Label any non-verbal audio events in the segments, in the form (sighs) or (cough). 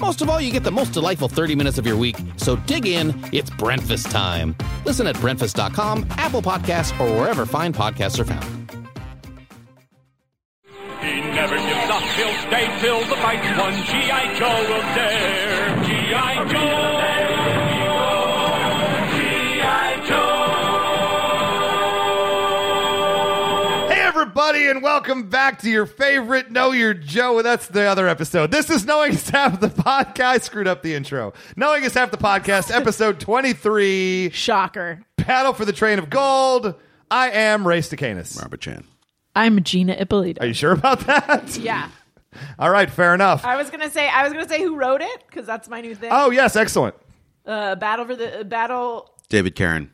Most of all, you get the most delightful 30 minutes of your week. So dig in, it's breakfast time. Listen at breakfast.com, Apple Podcasts, or wherever fine podcasts are found. He never gives up, he'll stay till the fight's won. G.I. Joe will dare. G.I. Joe! G.I. Joe! Hey, everybody, and welcome back to your favorite Know Your Joe. That's the other episode. This is Knowing Is Half the Podcast. I screwed up the intro. Knowing Is Half the Podcast, (laughs) episode 23 Shocker. Battle for the Train of Gold. I am Race to Canis. Robert Chan. I'm Gina Ippolito. Are you sure about that? yeah. All right, fair enough. I was gonna say I was gonna say who wrote it because that's my new thing. Oh, yes, excellent. Uh, battle for the uh, battle. David Karen.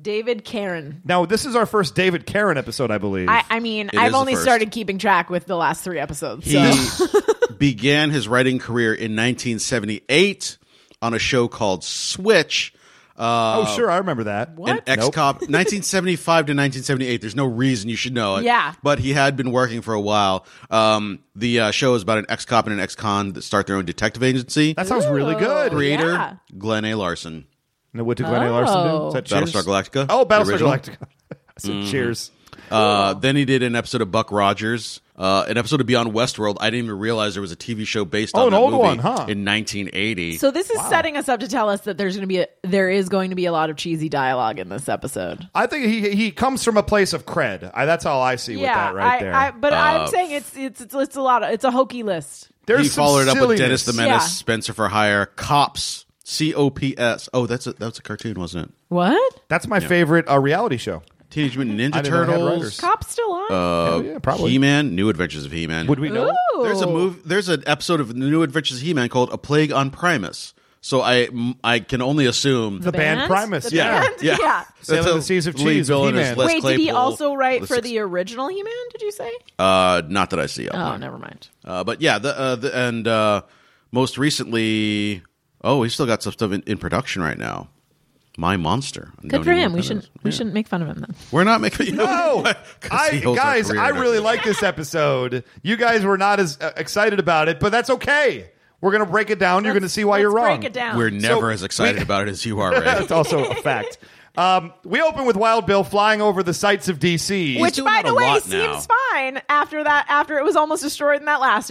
David Karen. Now, this is our first David Karen episode, I believe. I, I mean, It is I've the only first. started keeping track with the last three episodes. He So. (laughs) began his writing career in 1978 on a show called Switch. Uh, oh, sure, I remember that. What? An ex-cop, (laughs) 1975 to 1978. There's no reason you should know it. Yeah. but he had been working for a while. Um, the uh, show is about an ex-cop and an ex-con that start their own detective agency. That sounds really good. Ooh. Creator yeah. Glenn A. Larson, Now, what did Glenn A. Larson Oh. do? Is that Cheers? Battlestar Galactica. Oh, the Battlestar original. Mm. Galactica. (laughs) I said Cheers. Uh, then he did an episode of Buck Rogers, uh, an episode of Beyond Westworld. I didn't even realize there was a TV show based Oh, on an that old movie one, huh? In 1980. So this is setting us up to tell us that there's going to be a, there is going to be a lot of cheesy dialogue in this episode. I think he he comes from a place of cred. I, that's all I see with that right I, there. I, but I'm saying it's, it's it's it's a lot of it's a hokey list. There's he some followed it up with silliness. Dennis the Menace, Yeah. Spencer for Hire, Cops, C O P S. Oh, that's a, that was a cartoon, wasn't it? What That's my favorite uh, reality show. Teenage Mutant Ninja didn't know they had Turtles, writers. cops still on? Uh, Hell yeah, probably. He Man, New Adventures of He Man. Would we know? it? Ooh. There's a move. There's an episode of New Adventures of He Man called A Plague on Primus. So I m- I can only assume. The band, Primus. The yeah. band? Yeah. yeah. Sailing That's the Seas of lead Cheese of villain is He-Man. Les Wait, did he Claypool, also write the for six- the original He Man? Did you say? Uh, not that I see. Up oh, there. never mind. Uh, but yeah, the, uh, the and uh, most recently, oh, he's still got some stuff in, in production right now. My monster. Good for him. We should shouldn't we shouldn't make fun of him then. We're not making. You know, (laughs) No, (laughs) 'Cause I he holds our guys, career I in our really hands. like this episode. You guys were not as uh, excited about it, but that's okay. We're gonna break it down. You're gonna see why Let's you're wrong. Break it down. We're never So, as (laughs) excited we- about it as you are. Ray. That's also a fact. Um, we open with Wild Bill flying over the sights of DC. Which, doing by that a the way, lot seems now. fine after that. After it was almost destroyed in that last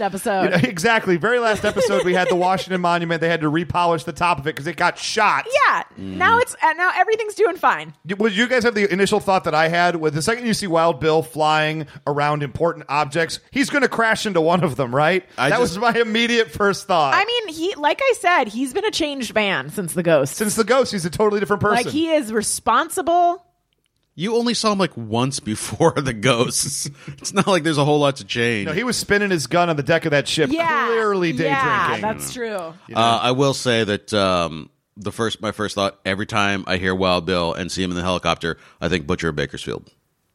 (laughs) episode. exactly. Very last episode, we had the Washington Monument. They had to repolish the top of it because it got shot. yeah. Now it's and now everything's doing fine. Well, you guys have the initial thought that I had with the second you see Wild Bill flying around important objects, he's going to crash into one of them, right? I that just- was my immediate first thought. I mean, he like I said, he's been a changed man since the ghost. since the ghost, he's a totally different person. like he is responsible. You only saw him like once before (laughs) the ghosts. it's not like there's a whole lot to change. you know, he was spinning his gun on the deck of that ship, Yeah. clearly day yeah, drinking. That's true. uh, I will say that um, the first, my first thought every time I hear Wild Bill and see him in the helicopter, I think Butcher of Bakersfield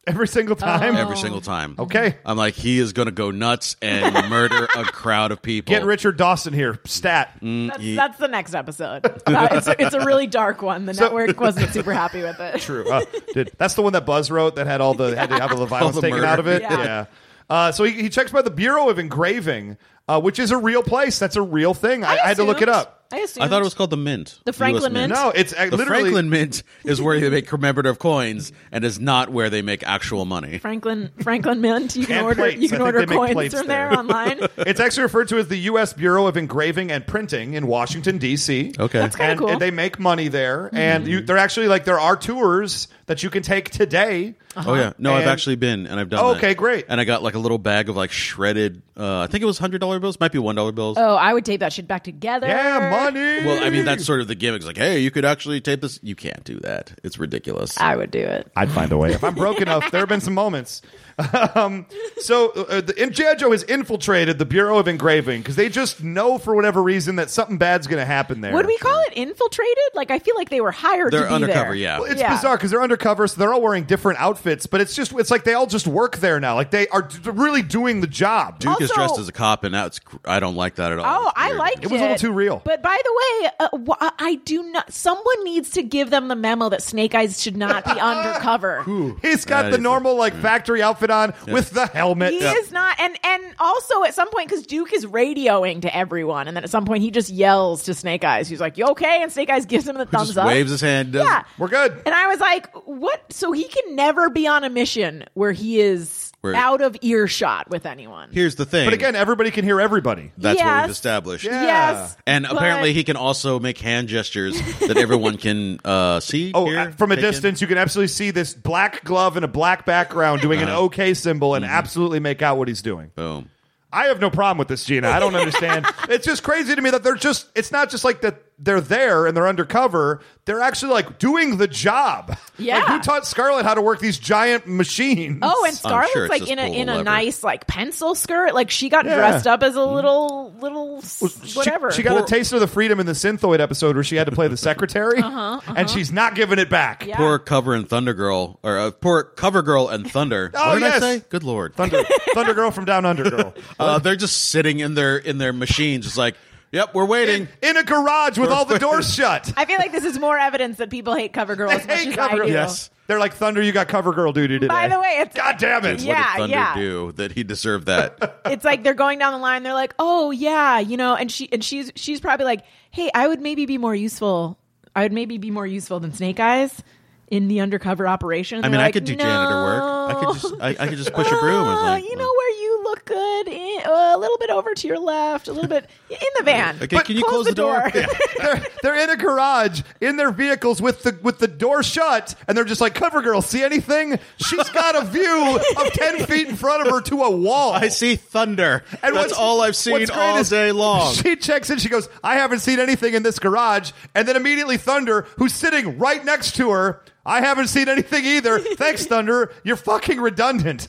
Every single time. Oh. every single time. Okay. I'm like, he is going to go nuts (laughs) and murder a crowd of people. Get Richard Dawson here. Stat. Mm. That's, that's the next episode. (laughs) Uh, it's, a, it's a really dark one. The network wasn't super happy with it. True. Uh, dude, that's the one that Buzz wrote that had all (laughs) the had to have all the violence the taken murder. out of it. Yeah. Yeah. Uh, so he, he checks by the Bureau of Engraving. uh, which is a real place. That's a real thing. I, I had to look it assumed. up. I assumed. I thought it was called the Mint. The Franklin US Mint? No, it's uh, The literally Franklin Mint is where they make commemorative coins and is not where they make actual money. Franklin Franklin Mint. You can And order plates. you I can think order they make coins plates from there. (laughs) there, online. (laughs) It's actually referred to as the U.S. Bureau of Engraving and Printing in Washington D.C. Okay. That's kinda And- cool. and they make money there, and you, they're actually like there are tours that you can take today. Oh yeah, no, I've And- actually been and I've done. Oh, that. okay, great. And I got like a little bag of like shredded. Uh, I think it was hundred dollar bills, might be one dollar bills. Oh, I would tape that shit back together. Yeah, money. Well, I mean that's sort of the gimmick. It's like, hey, you could actually tape this. You can't do that. It's ridiculous. I would do it. I'd find a way. If I'm broke enough, there have been some moments. (laughs) Um, so, uh, the, and G.I. Joe has infiltrated the Bureau of Engraving because they just know for whatever reason that something bad's going to happen there. Would we call it infiltrated? Like I feel like they were hired. to They're be undercover. there. Yeah. Well, it's Yeah. bizarre because they're undercover, so they're all wearing different outfits. But it's just it's like they all just work there now. Like they are d- really doing the job. Duke is Also- dressed as a cop, and that's gr- I don't like that at all. Oh, It's I weird. liked it. It was a little too real. But by the way, uh, wh- I- I do not. Someone needs to give them the memo that Snake Eyes should not (laughs) be undercover. He's got That the is- Mm. normal like factory outfit on with the helmet. He is not, and and also at some point because Duke is radioing to everyone, and then at some point he just yells to Snake Eyes. He's like, "You okay?" And Snake Eyes gives him the thumbs Just up. waves his hand. doesn't- yeah, We're good. And I was like, "What?" So he can never be on a mission where he is Where- out of earshot with anyone. Here's the thing. But again, everybody can hear everybody. that's what Yes. we've established. Yeah. yes, And but- apparently, he can also make hand gestures that (laughs) everyone can uh, see. Oh, hear, uh, from a take in. distance, you can absolutely see this black glove and a black background doing Uh-huh. an OK symbol Mm-hmm. and absolutely make out what he's doing. Boom. I have no problem with this, Gina. I don't (laughs) understand. it's just crazy to me that they're just, it's not just like that they're there and they're undercover. They're actually like doing the job. Yeah. Like, who taught Scarlett how to work these giant machines? Oh, and Scarlett's sure it's like just in a pull in the a lever. nice like pencil skirt. Like she got Yeah. dressed up as a little little s- She- whatever. She, got a taste of the freedom in the Synthoid episode where she had to play the secretary, and she's not giving it back. Uh-huh, Yeah. Poor cover and Thunder Girl, or uh, poor cover girl and Thunder. (laughs) Oh, what did yes. I say? Good lord, Thunder, Thunder Girl from Down Under (laughs) Girl. Uh, they're just sitting in their in their machines, just like, yep, we're waiting. In a garage with all the (laughs) doors shut. I feel like this is more evidence that people hate cover girl as much Hey, as cover I girl. do. Yes. They're like, Thunder, you got cover girl duty today. By the way, it's God damn it. What Yeah. did Thunder do that he (laughs) deserved that? it's like they're going down the line. They're like, oh yeah, you know, and she and she's she's probably like, hey, I would maybe be more useful. I would maybe be more useful than Snake Eyes in the undercover operation. I mean, They're I like, could do janitor work. I "No." could just I, I could just push a broom. I was Uh, like, you know where you look good, in, uh, a little bit over to your left, a little bit in the van. Okay, But can you close the door? (laughs) Yeah. they're, they're in a garage in their vehicles with the with the door shut, and they're just like, cover girl, see anything? She's got a view of 10 feet in front of her to a wall. (laughs) I see thunder. And That's what's- all I've seen what's great all is day (laughs) long. She checks in. She goes, "I haven't seen anything in this garage." And then immediately, Thunder, who's sitting right next to her, I haven't seen anything (laughs) either. Thanks, Thunder. You're fucking redundant.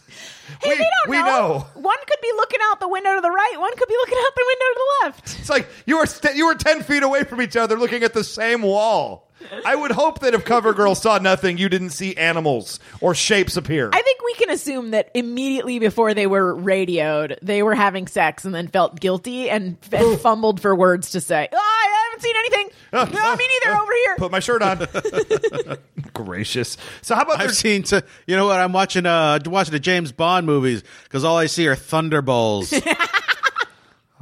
Hey, we they don't we know. know. One could be looking out the window to the right. One could be looking out the window to the left. It's like you were st- you were ten feet away from each other, looking at the same wall. I would hope that if CoverGirl saw nothing, you didn't see animals or shapes appear. I think we can assume that immediately before they were radioed, they were having sex and then felt guilty and, and fumbled for words to say. Oh, I haven't seen anything. No, me neither. Over here. Ah, Put my shirt on. (laughs) Gracious. So how about I've their- seen. T- you know what? I'm watching uh watching the James Bond movies because all I see are (laughs) thunderbolts.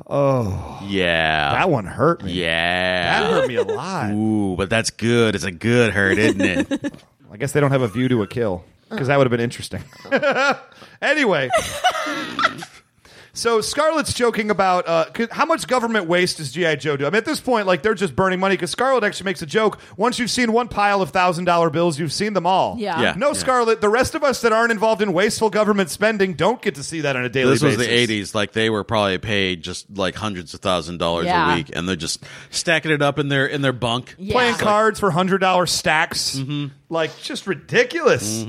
oh yeah, that one hurt me? yeah. That hurt me a lot. Ooh, but that's good. It's a good hurt, (laughs) isn't it? I guess they don't have a view to a kill because that would have been interesting. (laughs) anyway. So Scarlett's joking about uh, 'cause how much government waste does GI Joe do? I mean, at this point, like they're just burning money because Scarlett actually makes a joke. Once you've seen one pile of thousand dollar bills, you've seen them all. Yeah. Yeah. No, Scarlett. The rest of us that aren't involved in wasteful government spending don't get to see that on a daily. this was basis. the '80s. Like they were probably paid just like hundreds of thousand dollars Yeah. a week, and they're just stacking it up in their in their bunk. Yeah. playing cards for hundred dollar stacks. Mm-hmm. Like just ridiculous.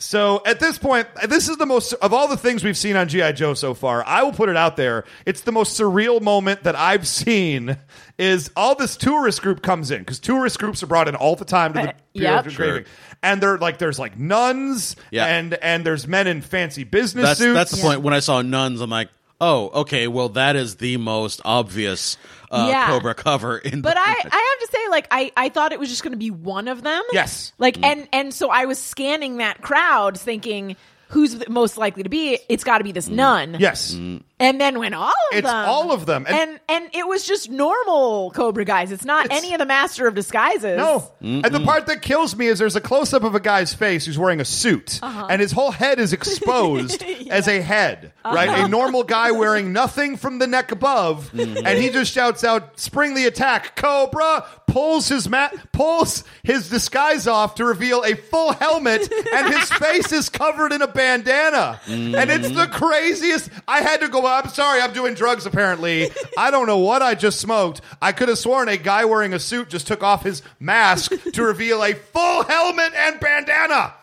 So at this point, this is the most of all the things we've seen on GI Joe so far. I will put it out there. It's the most surreal moment that I've seen. Is all this tourist group comes in because tourist groups are brought in all the time to the Uh, Bureau (laughs) yep. of Engraving. and they're like there's like nuns Yeah. and and there's men in fancy business That's suits. that's the point. When I saw nuns, I'm like, oh, okay. Well, that is the most obvious uh, Yeah. Cobra cover in. But the- I, I have to say, like, I, I thought it was just going to be one of them. Yes. Mm. Like, and and so I was scanning that crowd, thinking, who's the most likely to be? It's got to be this nun. Mm. Yes. And then when all of Mm. It's them, all of them. And- and, and it was just normal Cobra guys. It's not any of the Master of Disguises. No. And the part that kills me is there's a close up of a guy's face who's wearing a suit, and his whole head is exposed as a head, right? A normal guy wearing nothing from the neck above, and he just shouts out, "Spring the attack, Cobra!" Pulls his mat, pulls his disguise off to reveal a full helmet, and (laughs) his face is covered in a bandana, and it's Mm. the craziest. I had to go. I'm sorry, I'm doing drugs. Apparently, I don't know what I just smoked. I could have sworn a guy wearing a suit just took off his mask to reveal a full helmet and bandana.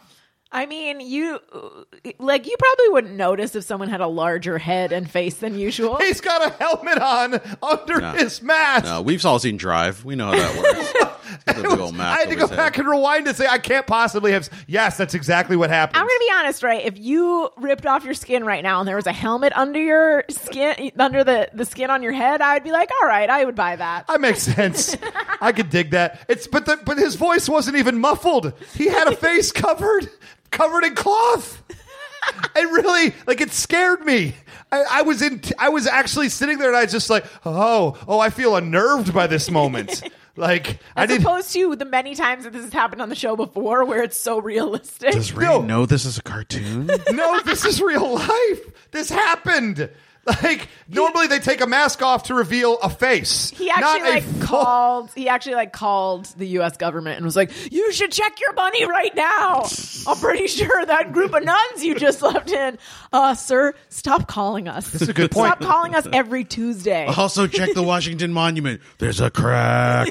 I mean, you like you probably wouldn't notice if someone had a larger head and face than usual. He's got a helmet on under No. his mask. No, we've all seen Drive. We know how that (laughs) works. It's got a big old I mask had to over go his head. back and rewind and say I can't possibly have. Yes, that's exactly what happened. I'm gonna be honest, right? If you ripped off your skin right now and there was a helmet under your skin, under the the skin on your head, I would be like, all right, I would buy that. That makes sense. I could dig that. It's but the, but his voice wasn't even muffled. He had a face covered covered in cloth. It really like it scared me. I, I was in. I was actually sitting there, and I was just like, oh, oh, I feel unnerved by this moment. Like I As didn't. opposed to the many times that this has happened on the show before, where it's so realistic. Does Ray No. know this is a cartoon? no, this is real life. This happened. Like normally they take a mask off to reveal a face. He not actually a like full- called. He actually like called the U.S. government and was like, "You should check your money right now." I'm pretty sure that group of nuns you just left in, uh, sir, stop calling us. This is a good point. Stop calling us every Tuesday. (laughs) also, check the Washington Monument. There's a crack.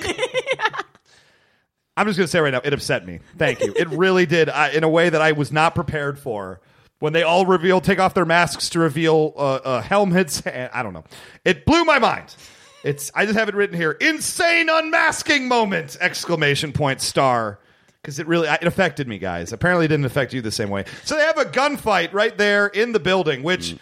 I'm just going to say right now, it upset me. Thank you. It really did I, in a way that I was not prepared for. When they all reveal, take off their masks to reveal uh, uh, helmets, (laughs) and I don't know. It blew my mind. It's I just have it written here: insane unmasking moment! Exclamation point star. Because it really I- it affected me, guys. Apparently, it didn't affect you the same way. So they have a gunfight right there in the building, Mm. which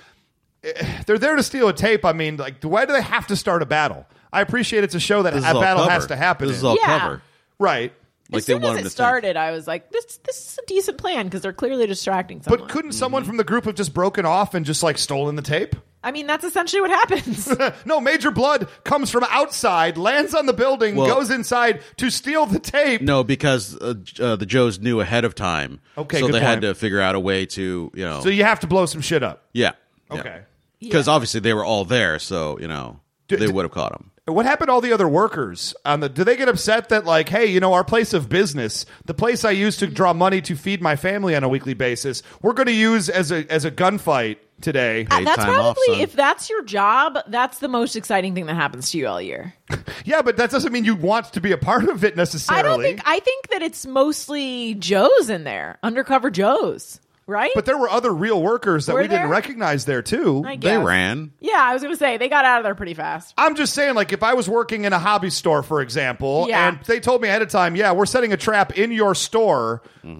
eh, they're there to steal a tape. I mean, like, why do they have to start a battle? I appreciate it's a show that a This is all battle has cover. to happen. This is in. all Yeah. cover. right. Like as they soon want as him it to started, I was like, "This this is a decent plan" because they're clearly distracting someone. Mm-hmm. But couldn't someone from the group have just broken off and just like stolen the tape? I mean, that's essentially what happens. No, Major Blood comes from outside, lands on the building, Well- goes inside to steal the tape. Think. No, because uh, J- uh, the Joes knew ahead of time. Okay, so good they point. had to figure out a way to you know. So you have to blow some shit up. yeah. Okay. Because obviously they were all there, so you know they would have caught him. What happened to all the other workers? On the, do they get upset that like, hey, you know, our place of business, the place I use to draw money to feed my family on a weekly basis, we're going to use as a as a gunfight today. Uh, (laughs) that's time probably off, son. if that's your job, that's the most exciting thing that happens to you all year. yeah, but that doesn't mean you want to be a part of it I necessarily. don't think. I think that it's mostly Joes in there, undercover Joes, right? but there were other real workers that Were we didn't there? recognize there too. I They guess. ran. Yeah, I was gonna say they got out of there pretty fast. I'm just saying, like, if I was working in a hobby store, for example, Yeah. and they told me ahead of time, yeah, we're setting a trap in your store (laughs)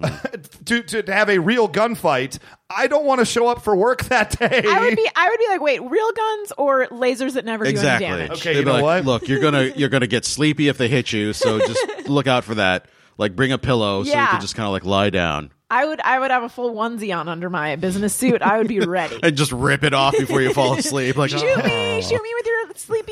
to, to, to have a real gunfight, I don't want to show up for work that day. I would be. I would be like, wait, real guns or lasers that never Exactly. do any damage? Okay, They'd you be know what? like, Look, (laughs) you're gonna you're gonna get sleepy if they hit you, so just look out for that. Like bring a pillow so you Yeah. can just kind of like lie down I would. I would have a full onesie on under my business suit. I would be ready. and just rip it off before you fall asleep. (laughs) Like shoot me! Shoot me with your sleepy (laughs)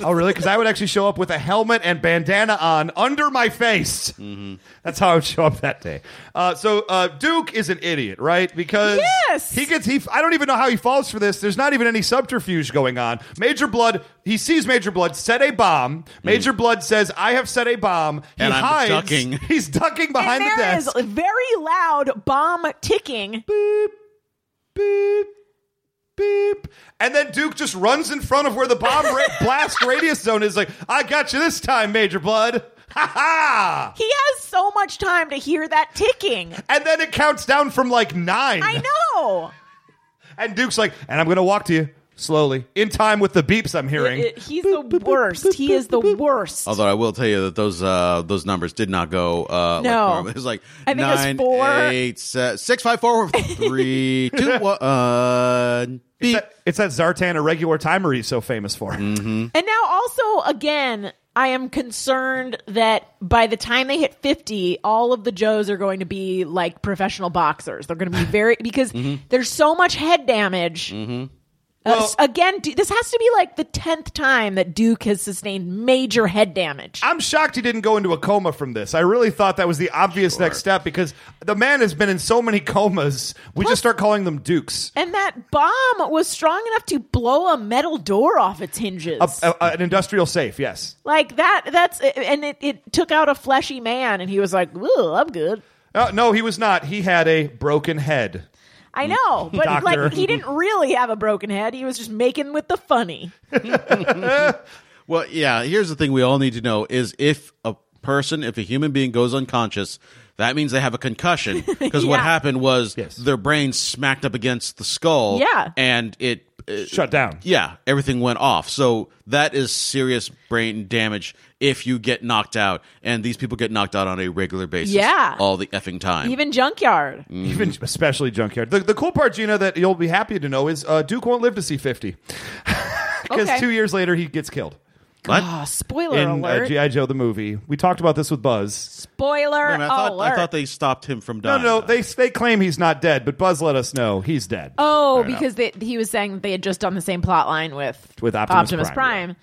(laughs) Oh, really? Because I would actually show up with a helmet and bandana on under my face. Mm-hmm. That's how I would show up that day. Uh, so uh, Duke is an idiot, right? Because Yes! he gets he. I don't even know how he falls for this. There's not even any subterfuge going on. Major Blood. He sees Major Blood set a bomb. Major Blood says, "I have set a bomb." He Mm. And I'm hides. ducking. (laughs) He's ducking behind and the there is desk. very loud bomb ticking. beep, beep. And then Duke just runs in front of where the bomb ra- (laughs) blast radius zone is. Like, I got you this time, Major Blood. (laughs) Ha ha! He has so much time to hear that ticking. And then it counts down from like nine. (laughs) I know. And Duke's like, and I'm gonna walk to you slowly, in time with the beeps I'm hearing. It- it- he's the worst. He is the worst. (laughs) Although I will tell you that those uh, those numbers did not go. Uh, No. like normal. it was like I think it was nine, four. eight, se- six, five, (laughs) four, three, two, one. Uh, beep. That- it's that Zartan irregular timer he's so famous for. And now, also, again, I am concerned that by the time they hit 50, all of the Joes are going to be like professional boxers. They're going to be very, because there's so much head damage Uh, Well- s- again, Du- this has to be like the tenth time that Duke has sustained major head damage. I'm shocked he didn't go into a coma from this. I really thought that was the obvious next step because the man has been in so many comas. We just start calling them dukes. and that bomb was strong enough to blow a metal door off its hinges. A, a- a- an industrial safe, yes. like that. That's and it, it took out a fleshy man, and he was like, "Ooh, I'm good." Uh, no, he was not. He had a broken head. I know, (laughs) but Doctor. like he didn't really have a broken head. He was just making with the funny. Well, yeah, here's the thing we all need to know is if a person, if a human being goes unconscious, that means they have (laughs) a concussion because what Yeah. happened was Yes. their brain smacked up against the skull Yeah. and it, it- Shut down. yeah, everything went off. So that is serious brain damage if you get knocked out and these people get knocked out on a regular basis Yeah. all the effing time. Even junkyard. Even especially junkyard. The, the cool part, Gina, that you'll be happy to know is uh, Duke won't live to see (laughs) 50 because Okay. two years later he gets killed What? Oh, spoiler in uh, alert! G.I. Joe the movie. We talked about this with Buzz. spoiler Wait a minute, I, thought, alert! I thought they stopped him from No, dying. no, they, they claim he's not dead, but Buzz let us know he's dead. Oh, because they, he was saying that they had just done the same plot line with With Optimus Prime, Prime.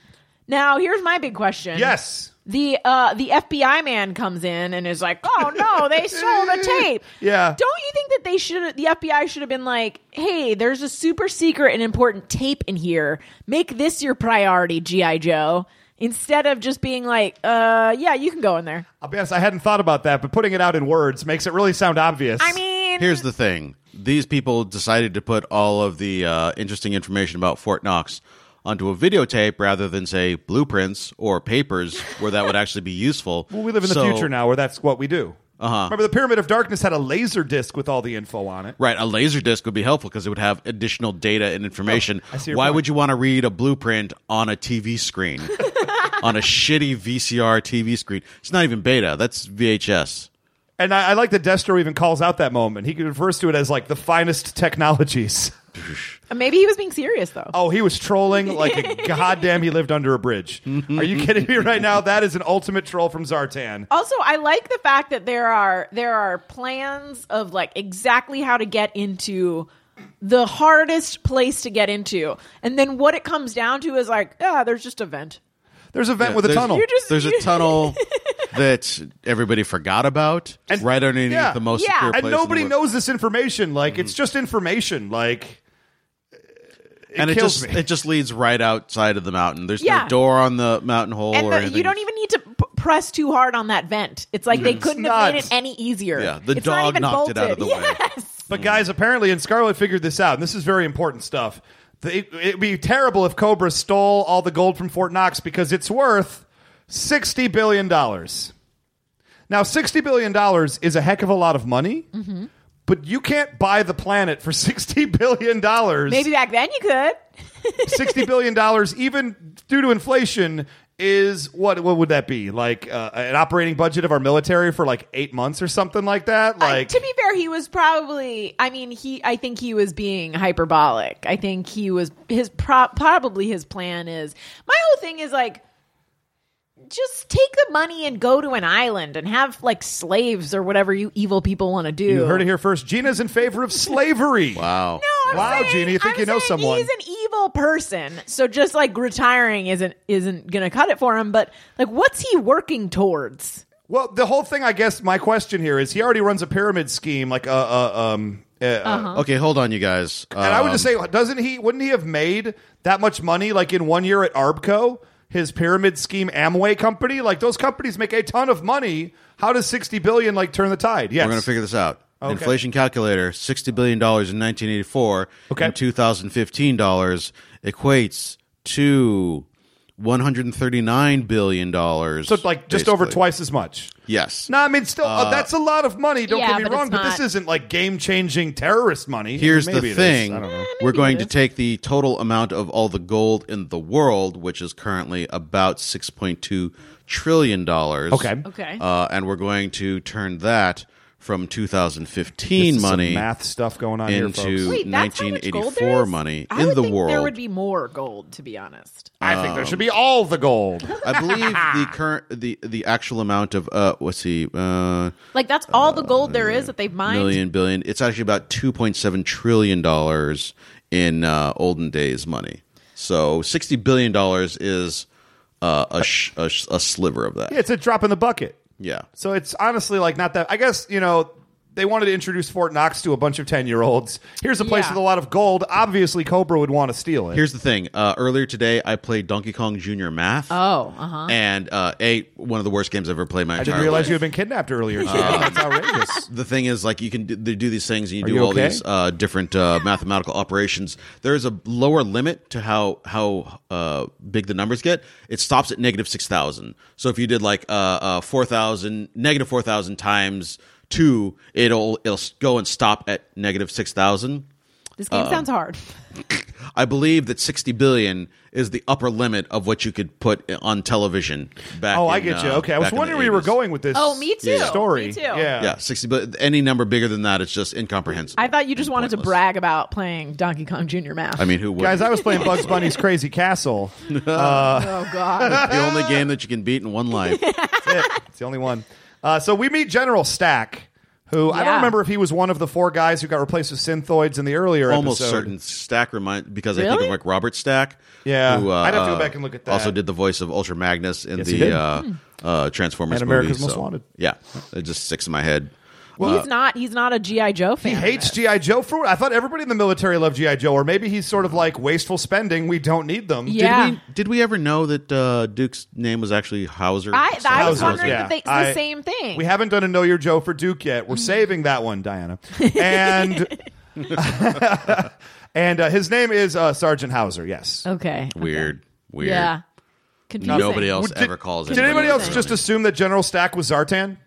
Now, here's my big question. yes. the uh, the FBI man comes in and is like, "Oh no, they sold a tape." Yeah. Don't you think that they should? The FBI should have been like, "Hey, there's a super secret and important tape in here. Make this your priority, GI Joe." Instead of just being like, "Uh, yeah, you can go in there." I'll be honest, I hadn't thought about that, but putting it out in words makes it really sound obvious. I mean, Here's the thing: these people decided to put all of the uh, interesting information about Fort Knox onto a videotape rather than say blueprints or papers where that would actually be useful. (laughs) Well, we live in the So- future now where that's what we do. Uh-huh. Remember, the Pyramid of Darkness had a laser disc with all the info on it. Right, a laser disc would be helpful because it would have additional data and information. Oh, I see your Why point. would you want to read a blueprint on a (laughs) TV screen? on a shitty VCR TV screen. It's not even beta, that's VHS. And I, I like that Destro even calls out that moment. He refers to it as like the finest technologies. (laughs) maybe he was being serious though. Oh, he was trolling like a (laughs) goddamn he lived under a bridge. Mm-hmm. Are you kidding me right now? That is an ultimate troll from Zartan. Also, I like the fact that there are there are plans of like exactly how to get into the hardest place to get into, and then what it comes down to is like, ah, there's just a vent. There's a vent with a There's- tunnel. You're just- There's a (laughs) tunnel that everybody forgot about And- right underneath yeah. the most Yeah. secure place. and in the nobody world. knows this information. Like, it's Mm-hmm. just information. Like, and it kills just me. it just leads right outside of the mountain. There's Yeah. no door on the mountain hole And or the- anything. you don't even need to p- press too hard on that vent. It's like they couldn't have made not- it any easier. Mm. Yeah, the It's not dog even knocked it out of bolted. the way. (laughs) Yes. But guys, apparently, and Scarlet figured this out. And this is very important stuff. The- It, it'd be terrible if Cobra stole all the gold from Fort Knox because it's worth sixty billion dollars. Now, sixty billion dollars is a heck of a lot of money, Mm-hmm. but you can't buy the planet for (laughs) sixty billion dollars. Maybe back then you could. sixty billion dollars, even due to inflation. Is what what would that be like uh, an operating budget of our military for like eight months or something like that? I- Like to be fair, he was probably. I mean, he. I think he was being hyperbolic. I think he was his. Pro- probably his plan is. My whole thing is like, just take the money and go to an island and have like slaves or whatever you evil people want to do. you heard it here first. Gina's in favor of slavery. (laughs) Wow. No, I'm Wow, saying- Jeannie, you think I'm you know saying someone. He's an evil person, so just like retiring isn't isn't gonna cut it for him. But like, what's he working towards? Well, the whole thing, I guess, my question here is he already runs a pyramid scheme, like a. Uh, uh, um, uh, uh, Okay, hold on, you guys. Uh, and I would just say, Um. doesn't he? Wouldn't he have made that much money, like in one year at Arbco, his pyramid scheme Amway company? Like those companies make a ton of money. How does sixty billion like turn the tide? Yes, we're going to figure this out. Okay. Inflation calculator: sixty billion dollars in 1984 Okay. and 2015 dollars equates to 139 billion dollars. So like just over twice as much. Yes. No, I mean still, uh, that's a lot of money. Don't yeah, get but me wrong, it's but this not- isn't like game changing terrorist money. Here's Maybe the it is. thing. I don't know. We're going it to is. take the total amount of all the gold in the world, which is currently about six point two trillion dollars. Okay. Okay. Uh, and we're going to turn that from 2015 This is some money math stuff going on here, folks. into Wait, that's how much gold there 1984 is? money I in would the think There world. would be more gold, to be honest. I think there should be all the gold. I believe the current the the actual amount of uh what's he uh Like that's all the gold there is that they've mined. million billion it's actually about 2.7 trillion dollars in uh, olden days money. So sixty billion dollars is uh, a, sh- a, sh- a sliver of that. Yeah, it's a drop in the bucket. Yeah. So it's honestly like not that. I guess you know they wanted to introduce Fort Knox to a bunch of ten year olds. Here's a place Yeah. with a lot of gold. Obviously, Cobra would want to steal it. Here's the thing. Uh, earlier today, I played Donkey Kong Jr. Math. Oh, uh huh. And uh, a one of the worst games I've ever played in I my entire didn't realize life. you had been kidnapped (laughs) earlier. Oh, That's outrageous. the thing is like you can do, they do these things and you Are do you all okay? these uh, different uh, mathematical operations there is a lower limit to how how uh, big the numbers get it stops at negative 6000 so if you did like uh, uh, 4000 negative 4000 times 2 it'll it'll s- go and stop at negative 6000 This uh, game sounds hard. i believe that 60 billion is the upper limit of what you could put on television back Oh, I in, get you. uh, Okay, I was back in the wondering where you were 80s. going with this. Oh, me too. Yeah. Story. Me too. Yeah. yeah 60 billion any number bigger than that it's just incomprehensible I thought you just and wanted to pointless. brag about playing Donkey Kong Jr. Math. I mean, who would? Guys, I was playing Bugs Bunny's Crazy Castle. oh (laughs) God. the only game that you can beat (laughs) in one life. That's it. It's the only one. Uh, so we meet General Stack, who I don't Yeah. remember if he was one of the four guys who got replaced with synthoids in the earlier Almost episode. certain Stack remind because I think Really? of like Robert Stack. Yeah. who, uh, I'd have to go uh, back and look at that. Also, did the voice of Ultra Magnus in Yes, he did. the uh, Hmm. uh, Transformers And America's movie, Most so- Wanted. Yeah, it just sticks in my head. he's not. He's not a GI Joe fan. He hates GI Joe for. I thought everybody in the military loved GI Joe, or maybe he's sort of like wasteful spending. We don't need them. Yeah. Did we, did we ever know that uh, Duke's name was actually Hauser? I, I was Hauser, wondering yeah. if they, it's I- the same thing. We haven't done a Know Your Joe for Duke yet. We're Mm-hmm. saving that one, (laughs) Diana. And (laughs) and uh, his name is uh, Sergeant Hauser. Yes. okay. weird. Weird. Yeah. Confusing. Nobody else Would- did, ever calls. Did anybody else that. just assume that General Stack was Zartan?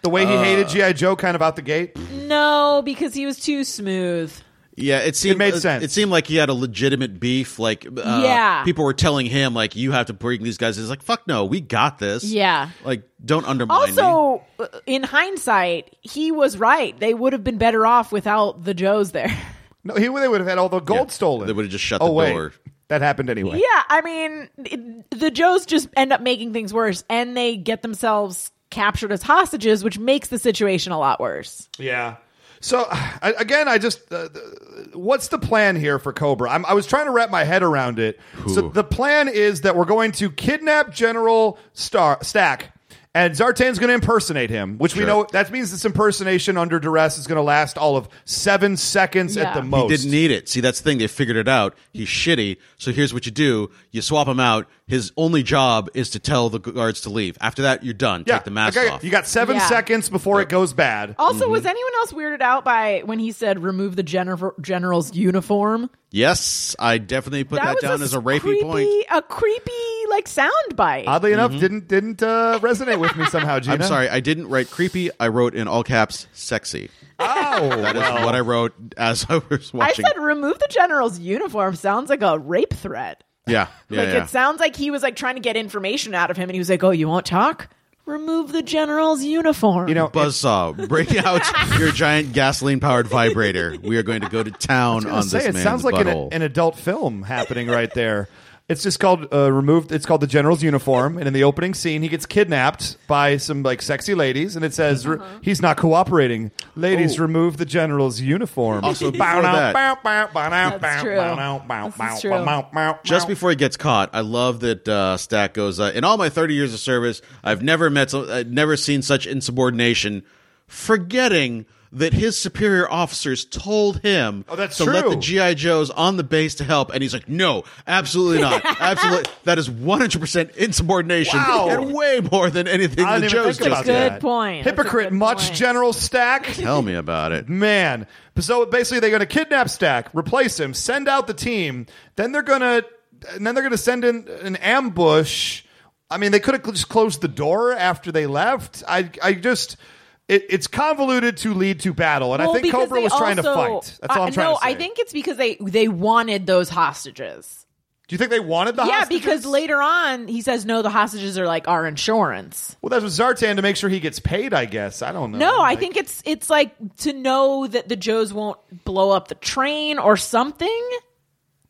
The way he Uh, hated GI Joe, kind of out the gate. No, because he was too smooth. Yeah, it seemed made uh, sense. It seemed like he had a legitimate beef. Like, uh, Yeah. people were telling him like, you have to bring these guys. He's like, fuck no, we got this. Yeah. like don't undermine. me. Also, uh, in hindsight, he was right. They would have been better off without the Joes there. (laughs) No, he they would have had all the gold Yeah, stolen. they would've just shut oh, the wait. door. That happened anyway. Yeah, I mean, it- the Joes just end up making things worse and they get themselves captured as hostages, which makes the situation a lot worse. Yeah. So I, again, I just uh, th- what's the plan here for Cobra? I'm, I was trying to wrap my head around it. So the plan is that we're going to kidnap General Star- Stack. And Zartan's going to impersonate him, which we Sure. know that means this impersonation under duress is going to last all of seven seconds at Yeah. the He most. Didn't need it. See, that's the thing. They figured it out. He's shitty. So here's what you do: you swap him out. His only job is to tell the guards to leave. After that, you're done. Take the mask okay, off. You got seven Yeah. Oh. seconds before it goes bad. Also, Mm-hmm. was anyone else weirded out by when he said remove the gener- general's uniform? yes, I definitely put that, down as a rapey creepy, point. A creepy like sound bite. Oddly enough, didn't didn't uh, resonate with me somehow. Gina, Mm-hmm. (laughs) I'm sorry, I didn't write creepy. I wrote in all caps, "sexy." Oh, That is what I wrote as I was I watching. said remove the general's uniform sounds like a rape threat. yeah, yeah, like yeah. it sounds like he was like trying to get information out of him and he was like, "Oh, you won't talk? Remove the general's uniform." you know, Buzzsaw, bring out (laughs) your giant gasoline-powered vibrator. We are going to go to town I on was gonna this say, man's it sounds like butthole. an, an adult film happening right there. (laughs) It's just called uh, removed. It's called the general's uniform, and in the opening scene, he gets kidnapped by some like sexy ladies, and it says Uh-huh. re- he's not cooperating. Ladies, Oh. remove the general's uniform. Also, (laughs) before Bow, that- bow, bow, bow, bow, That's true. bow, bow, This bow, is true. bow, bow, bow, Just bow. before he gets caught, I love that uh, Stack goes. Uh, In all my thirty years of service, I've never met, so- I've never seen such insubordination. Forgetting that his superior officers told him Oh, that's to let the true. GI Joes on the base to help, and he's like, "No, absolutely (laughs) not. absolutely, that is one hundred percent insubordination, Wow. and way more than anything I the didn't even Joes think did." about Good that. point. That's a Hypocrite, good much point. General Stack. Tell me about it. Man. So basically, they're going to kidnap Stack, replace him, send out the team. Then they're going to, and then they're going to send in an ambush. I mean, they could have just closed the door after they left. I, I just. It, it's convoluted to lead to battle, and I Well, think because Cobra they was trying to also- fight. That's all I- I'm trying no, to say. I think it's because they they wanted those hostages. Do you think they wanted the Yeah, hostages? because later on he says no, the hostages are like our insurance. Well, that's with Zartan to make sure he gets paid. I guess I don't know. No, I Like, think it's it's like to know that the Joes won't blow up the train or something.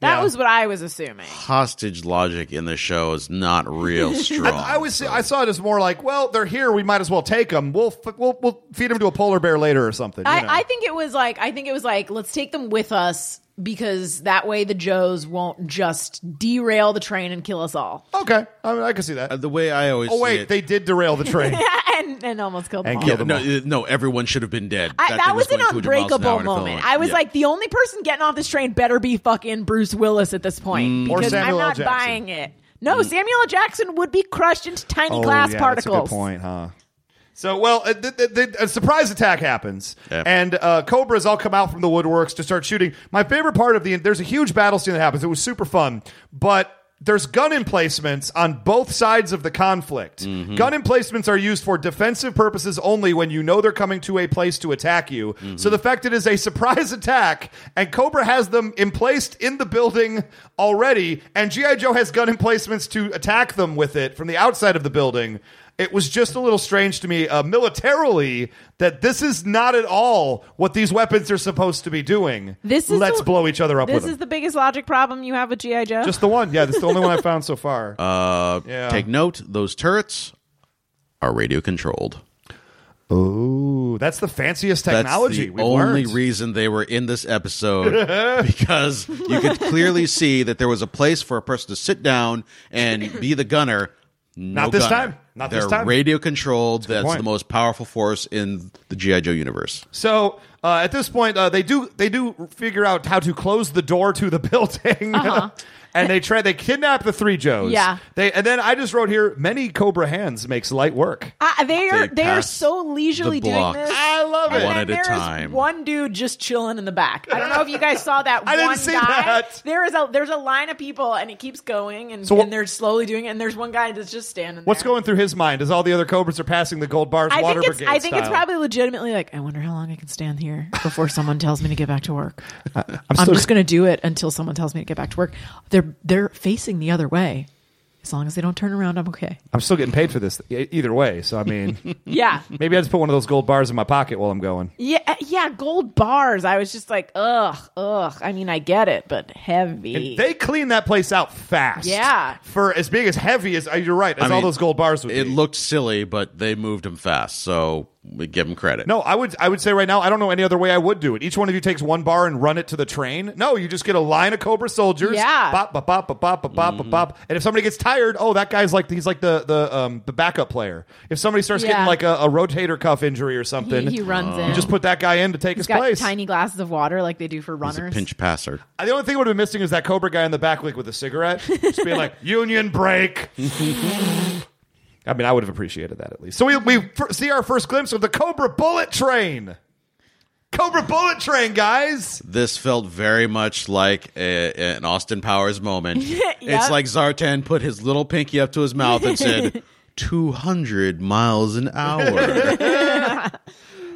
That Yeah. was what I was assuming. Hostage logic in the show is not real (laughs) strong. I was I saw it as more like, well, they're here. We might as well take them. We'll f- we'll, we'll feed them to a polar bear later or something. you know? I, I think it was like I think it was like let's take them with us because that way the Joes won't just derail the train and kill us all (laughs) Okay, I, mean, I can see that. Uh, the way I always oh see wait, it- they did derail the train. and, and almost kill them And all. kill Yeah, no, uh, no, everyone should have been dead. I, that thing was an going 200 miles an hour unbreakable and it fell moment. off. I was Yeah. like, the only person getting off this train better be fucking Bruce Willis at this point Or because I'm Samuel L. not Jackson. buying it. No, Samuel L. Jackson would be crushed into tiny Oh, glass particles. huh? So, well, uh, th- th- th- a surprise attack happens, Yeah. and uh, Cobras all come out from the woodworks to start shooting. My favorite part of the there's a huge battle scene that happens. It was super fun, but there's gun emplacements on both sides of the conflict. Gun emplacements are used for defensive purposes only when you know they're coming to a place to attack you. So the fact it is a surprise (laughs) attack, and Cobra has them emplaced in the building already, and GI Joe has gun emplacements to attack them with it from the outside of the building it was just a little strange to me uh, militarily that this is not at all what these weapons are supposed to be doing. This is let's the- blow each other up This with is them. the biggest logic problem you have with GI Joe. just the one, yeah. This is the only one I found so far. (laughs) Uh, Yeah. Take note, those turrets are radio controlled. oh, that's the fanciest That's technology. the we've only learned. reason they were in (laughs) this episode because you could clearly see that there was a place for a person to sit down and be the gunner. No Not this gunner. time. Not They're this time. radio controlled. That's, point. the most powerful force in the GI Joe universe. So uh, at this point, uh, they do they do figure out how to close the door to the (laughs) building. (laughs) And they try. They kidnap the three Joes. Uh-huh. Yeah. They and then I just wrote here. Many Cobra hands makes light work. I, they are They they, are pass so leisurely the doing blocks. this. I love it. and One then at a there is time. one dude just chilling in the back. I don't know if you guys saw that. I didn't one see guy. that. There is a there's a line of people, and it keeps going, and, So what- and they're slowly doing it. And there's one guy that's just standing. What's there. going through his mind as all the other Cobras are passing the gold bars, I water think it's brigade I think it's style? probably legitimately like I wonder how long I can (laughs) stand here before someone tells me to get back to work. I'm I'm still- just going to do it until someone tells me to get back to work. They're they're facing the other way. As long as they don't turn around, I'm okay. I'm still getting paid for this e- either way. So I (laughs) mean, Yeah. maybe I just put one of those gold bars in my pocket while I'm going. Yeah, uh, yeah, gold bars. I was just like, ugh, ugh. I mean, I get it, but heavy. They clean that place out fast. Yeah. for as being as heavy as uh, you're right as I all mean, those gold bars would It be. looked silly, but they moved them fast, so we give them credit. no, I would I would say right now I don't know any other way I would do it. Each one of you takes one bar and run it to the train. No, you just get a line of Cobra soldiers. Yeah. Mm-hmm. bop bop bop bop bop bop bop bop. And if somebody gets tired, oh that guy's like he's like the the um the backup player. If somebody starts Yeah. getting like a, a rotator cuff injury or something, he, he runs in. you just put that guy in to take He's his got place. tiny glasses of water like they do for He's a runners. pinch passer. Uh, The only thing would have been missing is that Cobra guy in the back, like with a cigarette, just being like "Union break." I mean, I would have appreciated that at least. So we we f- see our first glimpse of the Cobra Bullet Train. Cobra Bullet Train, guys. This felt very much like a, an Austin Powers moment. (laughs) Yep. It's like Zartan put his little pinky up to his mouth and (laughs) said, 200 miles an hour. (laughs)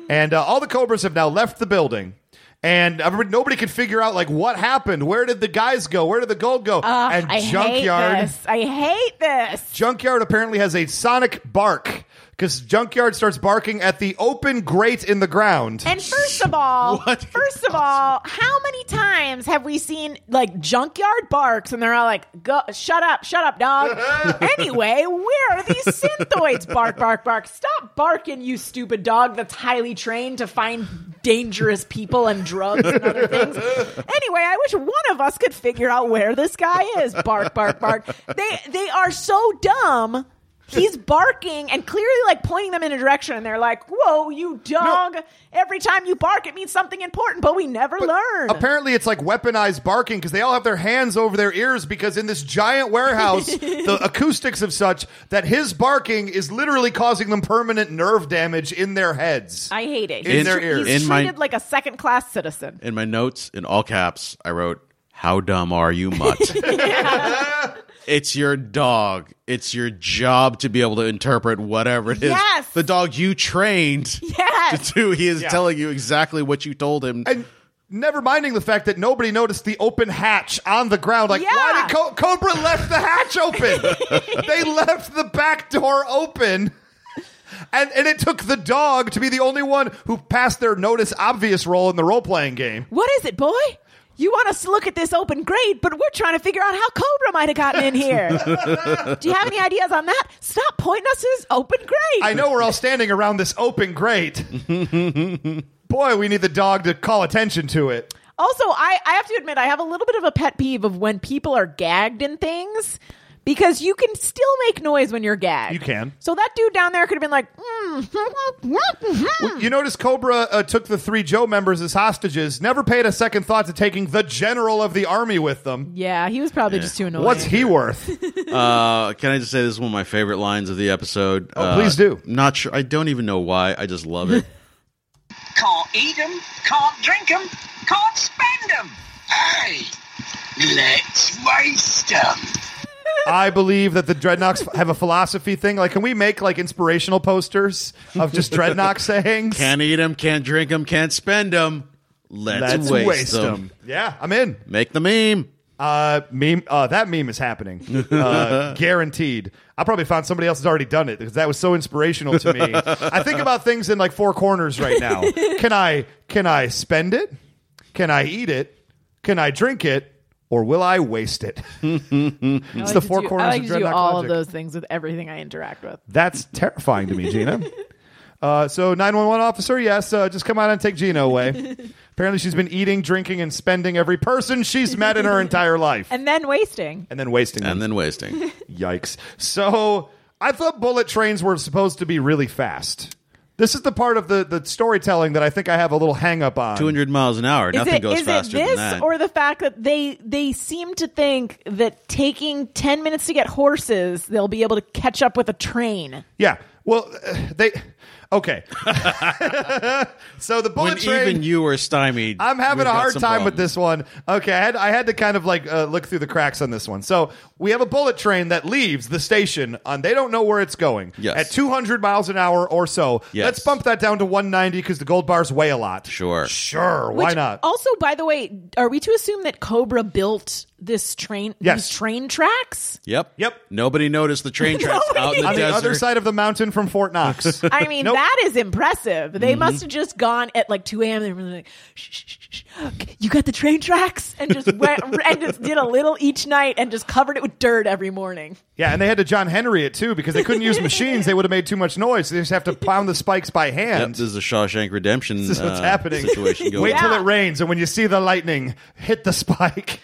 And uh, all the Cobras have now left the building. And everybody, nobody can figure out like what happened. Where did the guys go? Where did the gold go? Ugh, and I junkyard. hate this. I hate this. Junkyard apparently has a sonic bark because Junkyard starts barking at the open grate in the ground. And first of all, What? first of all, how many times have we seen like junkyard barks and they're all like, "Go, shut up, shut up, dog." anyway, where are these synthoids? Bark, bark, bark! Stop barking, you stupid dog. That's highly trained to find dangerous people and drugs and other things. Anyway, I wish one of us could figure out where this guy is. Bark, bark, bark! They they are so dumb. He's barking and clearly like pointing them in a direction, and they're like, "Whoa, you dog!" Every time you bark, it means something important, but we never learn. Apparently, it's like weaponized barking because they all have their hands over their ears because in this giant (laughs) warehouse, the acoustics of such that his barking is literally causing them permanent nerve damage in their heads. I hate it. In He's, their tr- ears. he's In my- treated like a second class citizen. In my notes, in all caps, I wrote, How dumb are (laughs) you, mutt? It's your dog. It's your job to be able to interpret whatever it is. Yes. The dog you trained Yes. to do. He is Yeah. telling you exactly what you told him. and never minding the fact that nobody noticed the open hatch on the ground. Like, why Yeah. did Co- Cobra left the hatch (laughs) open? they left the back door open. And, and it took the dog to be the only one who passed their notice obvious role in the role playing game. What is it, boy? You want us to look at this open grade, but we're trying to figure out how Cobra might have gotten (laughs) in here. Do you have any ideas on that? Stop pointing us to this open grade. I know we're all standing (laughs) around this open grate. Boy, we need the dog to call attention to it. Also, I, I have to admit, I have a little bit of a pet peeve of when people are gagged in things because you can still make noise when you're gagged. You can. So that dude down there could have been like, mm, (laughs) Well, you notice Cobra uh, took the three Joe members as hostages, never paid a second thought to taking the general of the army with them. yeah, he was probably just too annoyed. What's he worth? Uh, can I just say this is one of my favorite lines of the episode? Oh, Uh, please do. Not sure. I don't even know why. I just (laughs) love it. Can't eat 'em, can't drink 'em, can't spend 'em. Hey, let's waste (laughs) 'em. I believe that the Dreadnoks have a philosophy thing. Like, can we make like inspirational posters of (laughs) just Dreadnok sayings? can't eat them, can't drink them, can't spend them. Let's, Let's waste, waste them. them. Yeah, I'm in. Make the meme. Uh, meme. Uh, that meme is happening, uh, guaranteed. I probably found somebody else has already done it because that was so inspirational to me. I think about things in like four corners right now. Can I? Can I spend it? Can I eat it? Can I drink it? Or will I waste it? it's the four corners I like of to do Dreadnought all logic. of those things with everything I interact with. That's terrifying to me, Gina. Uh, so 911 officer, yes, uh, just come out and take Gina away. Apparently, she's been eating, drinking, and spending every person she's met in her entire life, And then wasting. and then wasting them. And (laughs) then wasting. Yikes. So I thought bullet trains were supposed to be really fast. This is the part of the, the storytelling that I think I have a little hang up on. 200 miles an hour. Is Nothing it, goes is it faster than this that. or the fact that they they seem to think that taking 10 minutes to get horses, they'll be able to catch up with a train? yeah. Well, uh, they. Okay. (laughs) so the bullet when train. even you are stymied. I'm having we've a got hard some time with this one. Okay, I had I had to kind of like uh, look through the cracks on this one. So we have a bullet train that leaves the station on. They don't know where it's going. Yes. At 200 miles an hour or so. Yes. Let's bump that down to 190 because the gold bars weigh a lot. Sure. Sure. why Which- not? Also, by the way, are we to assume that Cobra built this train? Yes. These train (laughs) tracks. Yep. Yep. Nobody noticed the (laughs) train tracks out in the on desert. the other side of the mountain from Fort (laughs) Knox. I mean, Nope. that is impressive. They Mm-hmm. must have just gone at like 2 a.m. They were like, shh, shh, shh, shh, you got the train tracks? And just (laughs) went and just did a little each night and just covered it with dirt every morning. yeah, and they had to John Henry it too because they couldn't use machines; they would have made too much noise. They just have to pound the spikes by Yep, hand. this is a Shawshank Redemption this is what's uh, happening. (laughs) situation going Wait on. till Yeah. it rains, and when you see the lightning, hit the spike.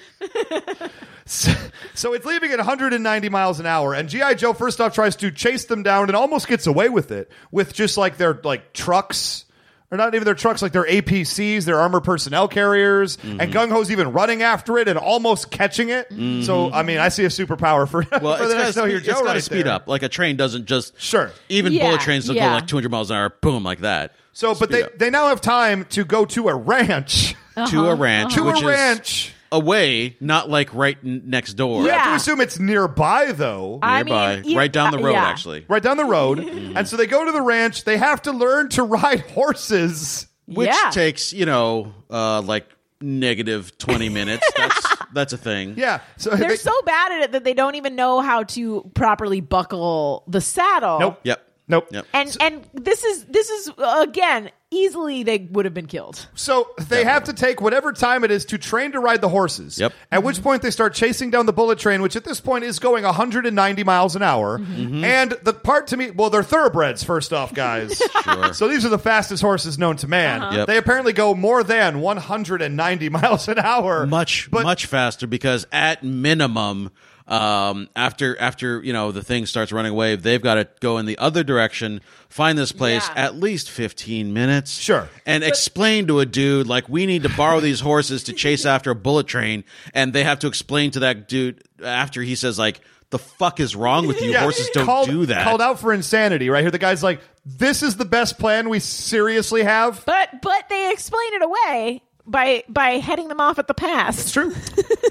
so, so it's leaving at 190 miles an hour, and GI Joe first off tries to chase them down and almost gets away with it with just like their like trucks. Or not even their trucks, like their APCs, their armored personnel carriers, Mm-hmm. and Gung Ho's even running after it and almost catching it. So, I mean, I see a superpower for, (laughs) Well, for it's the got next Know Your Joe to right speed there. up. Like a train doesn't just Sure. Even Yeah, bullet trains don't go yeah. like 200 miles an hour. Boom, like that. So, but Speed they, up. they now have time to go to a ranch. (laughs) Uh-huh, to a ranch, to which a is ranch. away, not like right n- next door. I have to Yeah. assume it's nearby, though. nearby, I Mm. mean, e- right down the uh, road. yeah. Actually, right down the (laughs) road. and so they go to the ranch. They have to learn to ride (laughs) horses. which yeah. takes you know uh, like negative (laughs) 20 minutes. That's that's a thing. Yeah. So They're they- so bad at it that they don't even know how to properly buckle the saddle. Nope. Yep. Nope. Yep. And and this is this is again easily they would have been killed. So they have to take whatever time it is to train to ride the horses. Yep. At which point they start chasing down the bullet train, which at this point is going 190 miles an hour. Mm-hmm. Mm-hmm. And the part to me, well, they're thoroughbreds first off, (laughs) guys. sure. So these are the fastest horses known to man. Uh-huh. Yep. They apparently go more than 190 miles an hour. Much But much faster because at minimum. Um, after after you know the thing starts running away, they've got to go in the other direction, find this place Yeah. at least fifteen minutes, Sure. and explain to a dude like we need to borrow these horses to chase after a bullet train, and they have to explain to that dude after he says like the fuck is wrong with you? Yeah. Horses don't Called- do that. Called out for insanity right here. The guy's like, "This is the best plan we seriously have." But but they explain it away by by heading them off at the pass. True.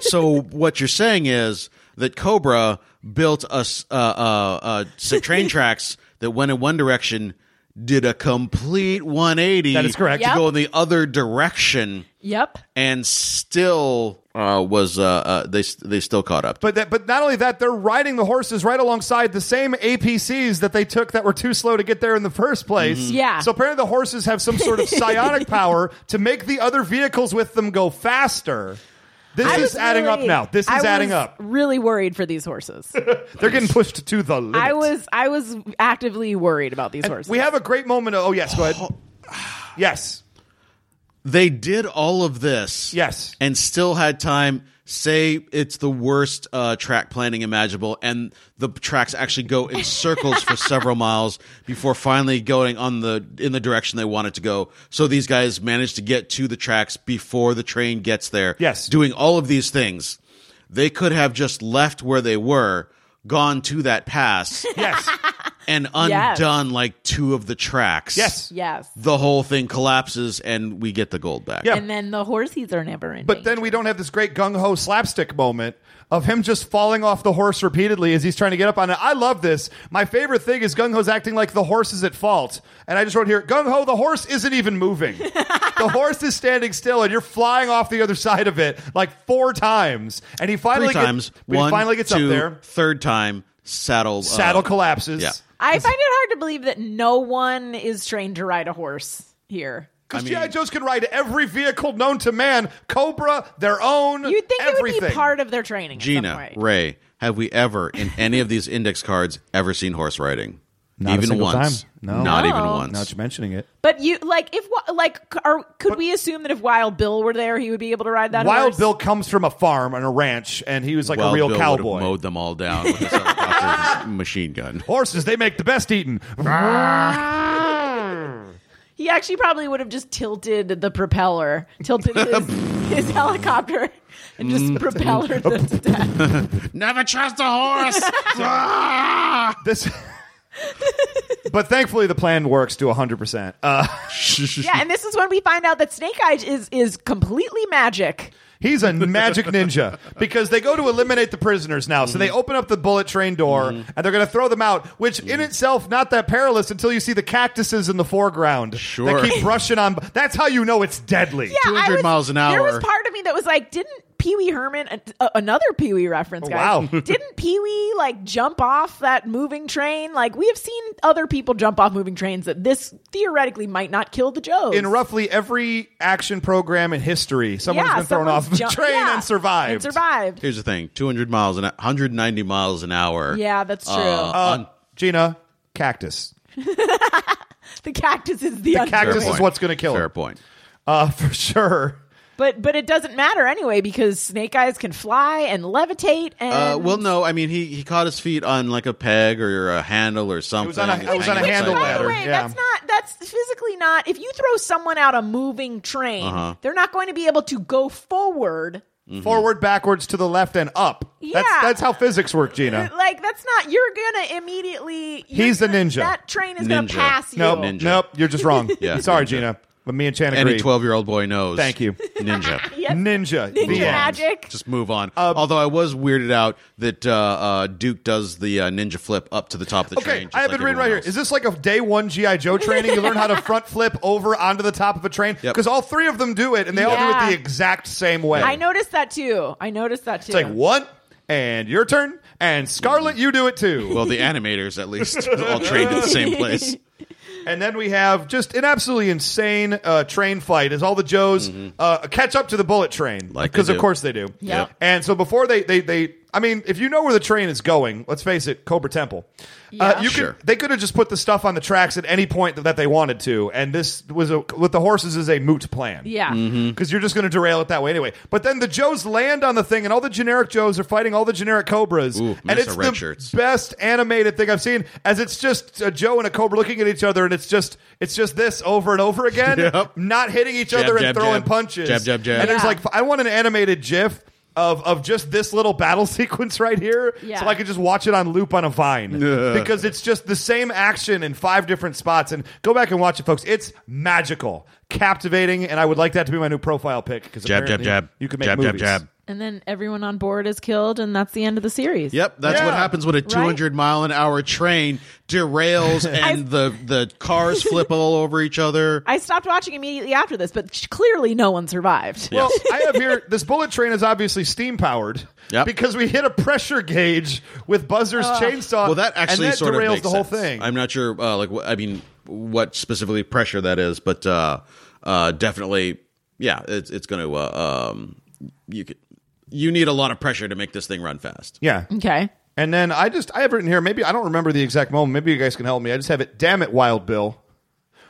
so what you're saying is that Cobra built us uh, uh, uh, some (laughs) train tracks that went in one direction, did a complete 180. That is correct. To Yep. go in the other direction, Yep. and still uh, was uh, uh, they they still caught (laughs) up. But that, but not only that, they're riding the horses right alongside the same APCs that they took that were too slow to get there in the first place. Mm-hmm. Yeah. So apparently the horses have some (laughs) sort of psionic power to make the other vehicles with them go faster. This I is was adding up really- now. This I is was adding up. Really worried for (laughs) these horses. They're getting pushed to the limit. I was I was actively worried about these horses. (sighs) We have a great moment. Of, oh yes, go ahead. Yes. They did all of this. Yes. And still had time. Say it's the worst uh, track planning imaginable, and the tracks actually go in circles (laughs) for several miles before finally going on the in the direction they wanted to go. So these guys managed to get to the tracks before the train gets there. Yes. doing all of these things, they could have just left where they were, gone to (laughs) that pass, (laughs) Yes. and Yes. undone like two of the tracks. yes. Yes. the whole thing collapses, and we get the gold back. Yeah. And then the horses are never ending. But then we don't have this great gung ho slapstick moment of him just falling off the horse repeatedly as he's trying to get up on it. I love this. My favorite thing is gung ho's acting like the horse is at fault. And I just wrote here, gung ho, the horse isn't even (laughs) moving. the horse is standing still, and you're flying off the other side of it like four times. And he finally three gets, times. but he One, finally gets two, up there. Third time, saddle uh, Saddle collapses. yeah. I find it hard to believe that no one is trained to ride a horse here. Because I G.I. mean- Joes can ride every vehicle known to man, Cobra, their own. You'd think everything. it would be part of their training. in some Gina way. Ray. Have we (laughs) ever in any of these index cards ever seen horse riding? a even single once. time. No. Not No. even No, once. Now that you're mentioning it. But you like if wa- like c- are, could we assume that if Wild Bill were there, he would be able to ride that? Wild horse? Bill comes from a farm on a ranch, and he was like Wild a real Bill would've cowboy. Mowed them all (laughs) down with his helicopter machine gun. Horses, they make the best eating. he actually probably would have just tilted the propeller, (laughs) tilted his, his helicopter, Mm. and just propellered them (laughs) to death. Never trust a horse. this. (laughs) but thankfully, the plan works to 100%. Uh, Yeah, and this is when we find out that Snake Eyes is is completely magic. he's a magic ninja because they go to eliminate the prisoners now. So they Mm-hmm. open up the bullet train door and they're going to throw them out, which in Mm-hmm. itself, not that perilous until you see the cactuses in the foreground. Sure. They (laughs) keep brushing on. That's how you know it's deadly. Yeah, I 200 was- miles an There hour. was part of me that was like, didn't Pee Wee Herman, a- a- another Pee Wee reference, guys? Oh, wow. (laughs) didn't Pee Wee like jump off that moving train? Like we have seen other people jump off moving trains that this theoretically might not kill the Joes. in roughly every action program in history, someone's Yeah, been thrown someone's off the jump- train yeah, and survived. And survived. (laughs) Here's the thing: 200 miles an 190 miles an hour. Yeah, that's true. Uh, Gina, cactus. (laughs) the cactus is the, The underwear. cactus is Fair point. what's going to kill Fair him. point. Uh, (laughs) for sure. But but it doesn't matter anyway because Snake Eyes can fly and levitate and Uh, well, no, I mean he, he caught his feet on like a peg or a handle or something. was on a- it was on a hanging handle By upside ladder. the down. way, yeah. that's not that's physically not. If you throw someone out a moving train, Uh-huh. they're not going to be able to go forward. Mm-hmm. Forward, backwards, to the left, and up. That's, Yeah. that's how physics work, Gina. Like that's not. You're gonna immediately. you're He's a gonna- ninja. That train is Ninja. gonna pass you. Nope. Ninja. Nope. You're just wrong. (laughs) Yeah, Sorry, ninja. Gina. But me and Chan agree. Any 12 year old boy knows. Thank you. Ninja. Yes. Ninja. Ninja The end. magic. Just move on. Um, Although I was weirded out that uh, uh, Duke does the uh, ninja flip up to the top of the Okay, train. just I have it like written right here. everyone else. Is this like a day one GI (laughs) Joe training? You learn how to front flip over onto the top of a train Yep. because all three of them do it, and they all do Yeah. it the exact same way. I noticed that too. I noticed that too. It's like one, and your turn, and Scarlet, Mm-hmm. you do it too. Well, the animators at (laughs) least all trained at the same place. And then we have just an absolutely insane uh, train fight as all the Joes uh, catch up to the bullet train. Mm-hmm. Like they Because, of do. course, they do. Yep. And so before they, they, they, I mean, if you know where the train is going, let's face it, Cobra Temple. Uh, Yeah. you Sure. could, they could have just put the stuff on the tracks at any point that, that they wanted to. And this was a, with the horses is a moot plan. yeah. Mm-hmm. Because you're just going to derail it that way anyway. But then the Joes land on the thing, and all the generic Joes are fighting all the generic Cobras. Ooh, and mess it's of red the shirts. best animated thing I've seen. As it's just a Joe and a Cobra looking at each other, and it's just it's just this over and over again, (laughs) Yep. not hitting each Jab, other and jab, throwing jab. punches. Jab, jab, jab. And there's Yeah. like I want an animated GIF. Of, of just this little battle (laughs) sequence right here, Yeah. so I could just watch it on loop on a vine because it's just the same action in five different spots. And go back and watch it, folks. It's magical, captivating, and I would like that to be my new profile pic. Because Jab, jab, jab. you can make jab, movies. jab, jab. And then everyone on board is killed, and that's the end of the series. Yep, that's Yeah. what happens when a 200 mile an hour train derails and the, the cars flip all over each other. I stopped watching immediately after this, but sh- clearly no one survived. Well, I have here this bullet train is obviously steam powered Yep. because we hit a pressure gauge with Buzzer's chainsaw. Well, that Uh, actually and that sort derails of makes the whole sense. thing. I'm not sure, uh, like, what, I mean, what specifically pressure that is, but uh, uh, definitely, yeah, it's it's going to. Uh, um, you could, you need a lot of pressure to make this thing run fast. yeah. Okay. And then I just I have written here. Maybe I don't remember the exact moment. Maybe you guys (laughs) can help me. I just have it. Damn it, Wild Bill!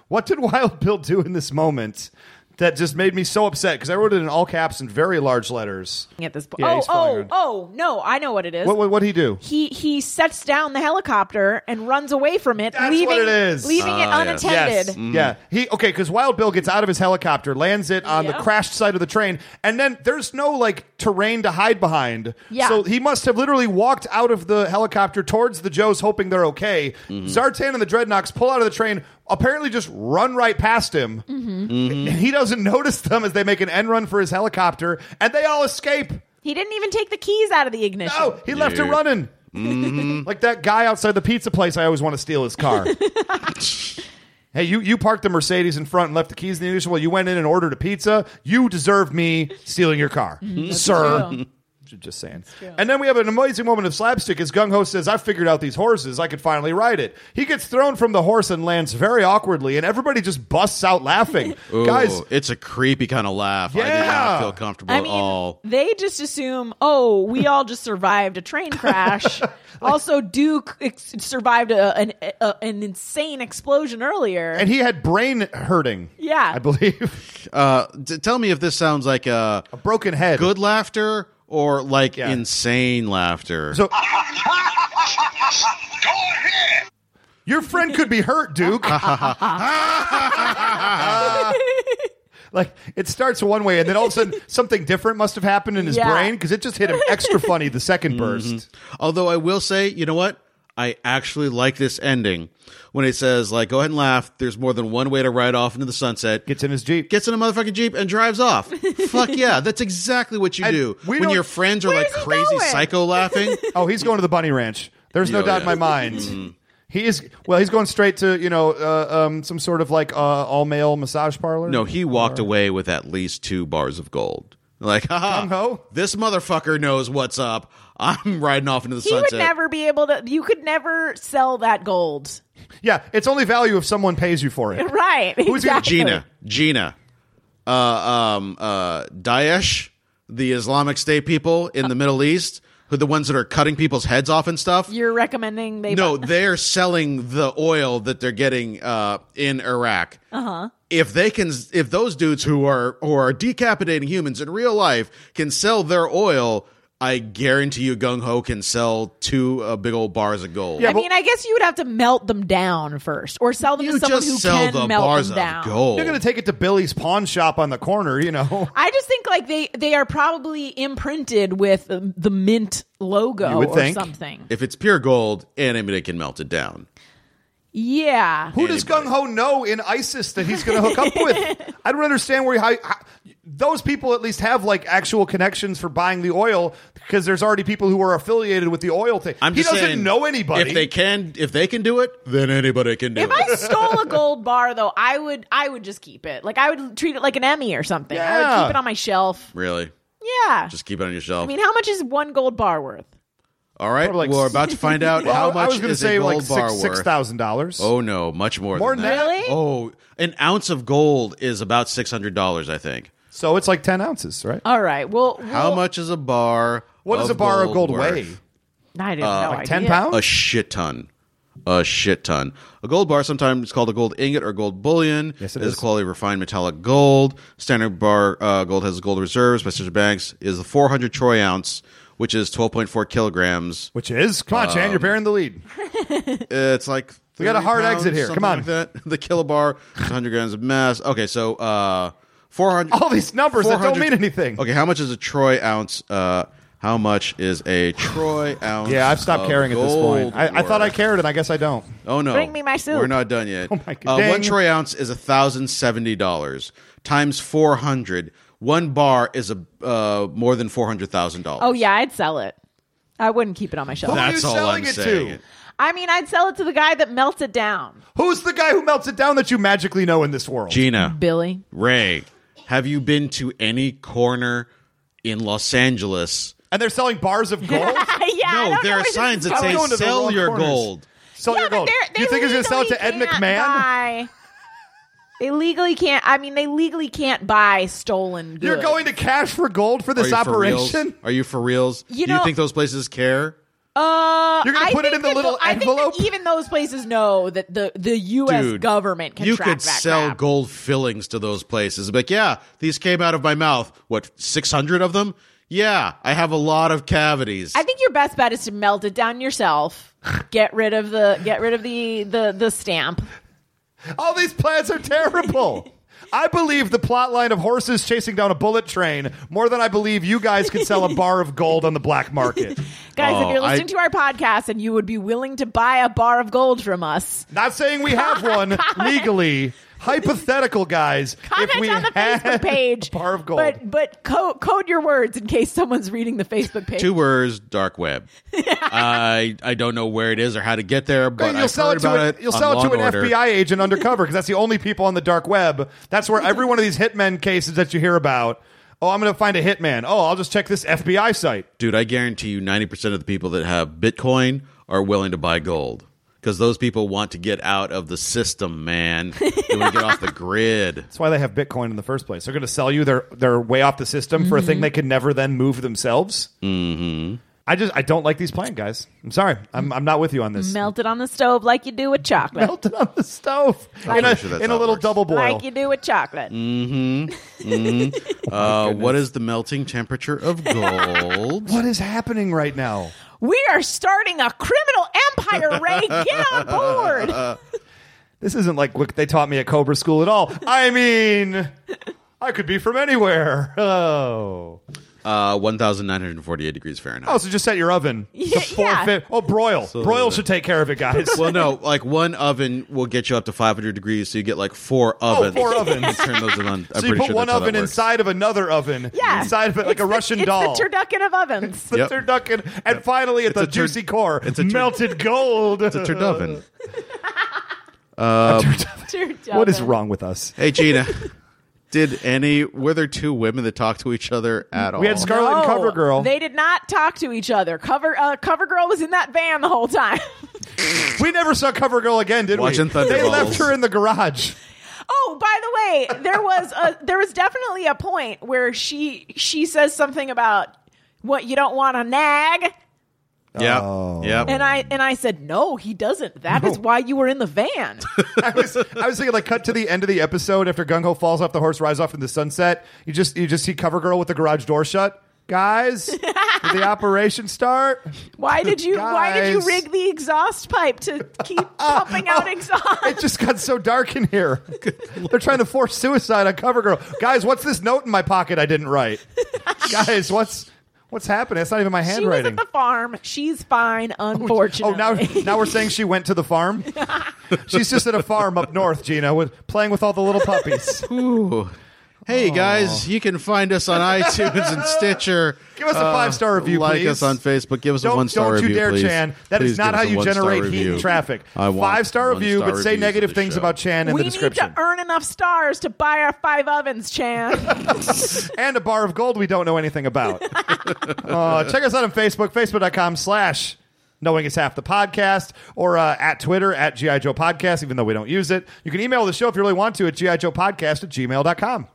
What did Wild Bill do in this moment? that just made me so upset because I wrote it in all caps and very large letters. at this point. Yeah, oh, he's flying oh, around. oh, no, I know what it is. What what would he do? he he sets down the helicopter and runs away from it, That's leaving what it is. Ah, leaving it Yes. unattended. Yeah. He okay because Wild Bill gets out of his helicopter, lands it on the Yeah. crashed side of the train, and then there's no like terrain to hide behind. Yeah. So he must have literally walked out of the helicopter towards the Joes, hoping they're okay. Zartan and the Dreadnoks pull out of the train, apparently just run right past him, Mm-hmm. and he doesn't (laughs) notice them as they make an end run for his helicopter, and they all escape. He didn't even take the keys out of the ignition. Oh, he left it running. Mm-hmm. like that guy outside the pizza place. I always want to steal his (laughs) car. hey, you you parked the Mercedes in front and left the keys in the ignition. Well, you went in and ordered a pizza. You deserve me stealing your car, sir. Mm-hmm. true. Just saying. And then we have an amazing moment of slapstick as Gung Ho says, I figured out these horses. I could finally ride it. He gets thrown from the horse and lands very awkwardly, and everybody just busts out laughing. (laughs) Ooh, Guys, Oh, it's a creepy kind of laugh. I did Yeah. not feel comfortable I at mean, all. they just assume, oh, we all just survived (laughs) a train crash. also, Duke ex- survived a, an, a, an insane explosion earlier. and he had brain hurting. Yeah. I believe. (laughs) Uh, t- tell me if this sounds like uh, a broken head. good laughter or like Yeah. insane laughter. So- Go ahead. Your friend could be hurt, Duke. like it starts one way, and then all of a sudden something different must have happened in his Yeah. brain because it just hit him extra funny the 2nd burst. Although I will say, you know what? I actually like this ending when it says like, "Go ahead and laugh." There's more than one way to ride off into the sunset. Gets in his jeep. Gets in a motherfucking jeep and drives off. (laughs) Fuck yeah, that's exactly what you And do we when don't- your friends are Where like is he crazy going? (laughs) psycho laughing. oh, he's going to the bunny ranch. There's no Yeah, doubt in my yeah. mind. He is well. He's going straight to you know uh, um, some sort of like uh, all male massage parlor. No, he walked away with at least two bars of gold. Like, (laughs) haha, Gung-ho? this motherfucker knows what's up. I'm riding off into the he sunset. would never be able to, you could never sell that gold. (laughs) yeah, it's only value if someone pays you for it. Right. Who's gonna- exactly. Gina, Gina, uh, um, uh, Daesh, the Islamic State people in the Middle East, who the ones that are cutting people's heads off and stuff. You're recommending they no, buy- they're selling the oil that they're getting uh, in Iraq. Uh-huh. If they can, if those dudes who are who are decapitating humans in real life can sell their oil, I guarantee you, Gung Ho can sell two uh, big old bars of gold. I mean, I guess you would have to melt them down first, or sell them you to someone just who sell can the melt bars them of down. gold. You're gonna take it to Billy's pawn shop on the corner. You know, I just think like they they are probably imprinted with the, the mint logo You would or think. something. if it's pure gold, anybody can melt it down. Yeah. Who does Gung Anybody. Ho know in ISIS that he's going to hook up with? I don't understand where how, how- those people at least have like actual connections for buying the oil because there's already people who are affiliated with the oil thing. I'm he just doesn't saying, know anybody. If they can, if they can do it, then anybody can do If it. I stole a gold bar though, I would I would just keep it. Like I would treat it like an Emmy or something. I Yeah. would keep it on my shelf. really, Yeah. just keep it on your shelf. I mean, how much is one gold bar worth? All right, Probably like we're s- (laughs) about to find out Well, how Uh, I much was gonna is say a gold like bar six worth. six thousand dollars. Oh no, much more. More than than that. that. Really? Oh, an ounce of gold is about six hundred dollars, I think. So it's like ten ounces, right? All right. Well, How well, much is a bar? what does a bar of gold worth? weigh? I didn't uh, know. Like ten pounds? A shit ton. A shit ton. A gold bar, sometimes called a gold ingot or gold bullion, Yes, it is is. a quality of refined metallic gold. Standard bar uh, gold has gold reserves by Sister Banks is a 400 troy ounce, which is 12.4 kilograms. Which is come on, Chan, you're bearing the lead. It's like We got a 30 hard pounds, exit here. something Come on. like that. (laughs) The kilobar is 100 grams of mass. Okay, so uh, 400. All these numbers that don't 400 mean anything. Okay, how much is a troy ounce? Uh, how much is a troy ounce? (sighs) Yeah, I've stopped of caring at this gold point. I, I thought I worth? cared, and I guess I don't. Oh no! Bring me my soup. We're not done yet. (laughs) Oh, my Uh, dang. one troy ounce is thousand seventy dollars times four hundred. One bar is a uh, more than four hundred thousand dollars. Oh yeah, I'd sell it. I wouldn't keep it on my shelf. Who are That's you all selling I'm it saying. to? I mean, I'd sell it to the guy that melts it down. Who's the guy who melts it down that you magically know in this world? Gina Billy. Ray, have you been to any corner in Los Angeles? And they're selling bars of gold. (laughs) yeah. I no, don't know there are where this signs is that going. say going to the "Sell wrong your corners." gold." Sell your but gold. they're- you they think he's going to sell it to Ed legally McMahon? can't buy- They legally can't. I mean, they legally can't buy stolen goods. You're going to cash for gold for this Are you for reals? operation? Are you for reals? You Do you know- think those places care? Uh, You're gonna I put it think in the that little tho- I think that envelope? even those places know that the the U.S. Dude, government can you track could that sell crap. gold fillings to those places. Like, yeah, these came out of my mouth. What, 600 of them? Yeah, I have a lot of cavities. I think your best bet is to melt it down yourself. Get rid of the get rid of the the the stamp. All these plans are (laughs) terrible. I believe the plot line of horses chasing down a bullet train more than I believe you guys could sell (laughs) a bar of gold on the black market. Guys, if Oh, you're listening I- to our podcast and you would be willing to buy a bar of gold from us, Not saying we have one legally. Hypothetical guys. comment if we on the had (laughs) Facebook page. a bar of gold. But but co- code your words in case someone's reading the Facebook page. (laughs) Two words, (laughs) dark web. I I don't know where it is or how to get there, but you'll I've sell heard it to about an, it. you'll on sell it Law to an and Order. FBI agent undercover because that's the only people on the dark web. That's where every one of these hitmen cases that you hear about. Oh, I'm going to find a hitman. Oh, I'll just check this FBI site. Dude, I guarantee you 90% of the people that have Bitcoin are willing to buy gold because those people want to get out of the system, man. They want to get (laughs) off the (laughs) grid. That's why they have Bitcoin in the first place. They're going to sell you their their way off the system for a thing they could never then move themselves. Mm-hmm. I just I don't like these plan guys. I'm sorry. I'm I'm not with you on Mm. this. Melt it on the stove like you do with chocolate. Melt it on the stove in a, pretty sure that's in how a it little works. double boil. Mm. like you do with chocolate. Oh Uh, what is the melting temperature of (laughs) gold? what is happening right now? We are starting a criminal empire, Ray. (laughs) Get on board. This isn't like what they taught me at Cobra School at all. I mean, I could be from anywhere. Oh, Uh, 1,948 degrees Fahrenheit. oh, so just set your oven to four (laughs) Yeah. fif- Oh, broil, broil should take care of it, guys. (laughs) (laughs) well, no, like one oven will get you up to 500 degrees, so you get like four ovens. Oh, four ovens. You (laughs) turn those on. I'm so you pretty put sure one that's how that oven works. inside of another oven, Yeah. inside of it like It's a the- Russian doll. It's the turducken of ovens. the Yep. turducken, and finally at the a tur- juicy core, it's a tur- melted gold. It's a turdoven. (laughs) Turducken. what is wrong with us? Hey, Gina. Did any were there two women that talked to each other at all? We had Scarlet and No, CoverGirl. They did not talk to each other. Cover uh, Covergirl was in that van the whole time. (laughs) we never saw CoverGirl again, did Watching we? They Thunderballs. left her in the garage. oh, by the way, there was a there was definitely a point where she she says something about what you don't want to nag, Yep. Oh. Yep. and I and I said no, he doesn't. That is why you were in the van. I was I was thinking like cut to the end of the episode after Gungo falls off the horse, rides off in the sunset. You just you just see CoverGirl with the garage door shut. Guys, did (laughs) the operation start? Why did you Why did you Guys. Oh, rig the exhaust pipe to (laughs) keep pumping out exhaust? It just got so dark in here. They're trying to force suicide on CoverGirl. Guys, what's this note in my pocket I didn't write? Guys, what's what's happening? That's not even my She was at handwriting. the farm. She's fine, unfortunately. Oh, (laughs) now now we're saying she went to the farm. She's just at a farm up north, Gina, with playing with all the little puppies. Ooh. Hey guys, you can find us on iTunes and Oh. Stitcher. Uh, Give us a five-star review, Like please. us on Facebook. Give us a Don't, one star don't review. you dare, please. Chan. That is Please not give us how a you one-star generate heat review. and traffic. I want Five star review, one-star but say reviews negative of the things show. about Chan in we the need (laughs) description. to earn enough stars to buy our five ovens, Chan. and a bar of gold we don't know anything about. uh, check us out on Facebook, facebook.com slash knowing it's half the podcast, or uh, at Twitter, at G.I. Joe Podcast, even though we don't use it. You can email the show if you really want to at G.I. Joe Podcast at gmail.com.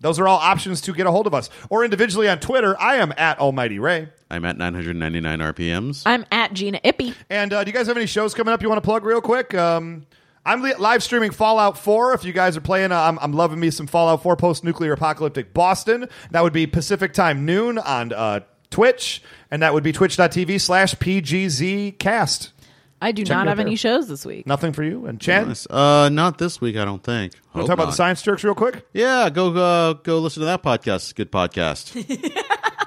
Those are all options to get a hold of us. Or individually on Twitter, I am at Almighty Ray. I'm at 999 RPMs. (laughs) I'm at Gina Ippy. And uh, do you guys have any shows coming up you want to plug real quick? Um, I'm li- live streaming Fallout 4. If you guys are playing, uh, I'm, I'm loving me some Fallout 4 post nuclear apocalyptic Boston. That would be Pacific time noon on uh, Twitch, and that would be twitch.tv slash PGZcast. I do Check me not out have any there. shows this week. Nothing for you. And Chan, Nice. Uh, not this week, I don't think. we'll Hope talk about not. the science jerks real quick. Yeah, go uh, go listen to that podcast. It's a good (laughs) podcast.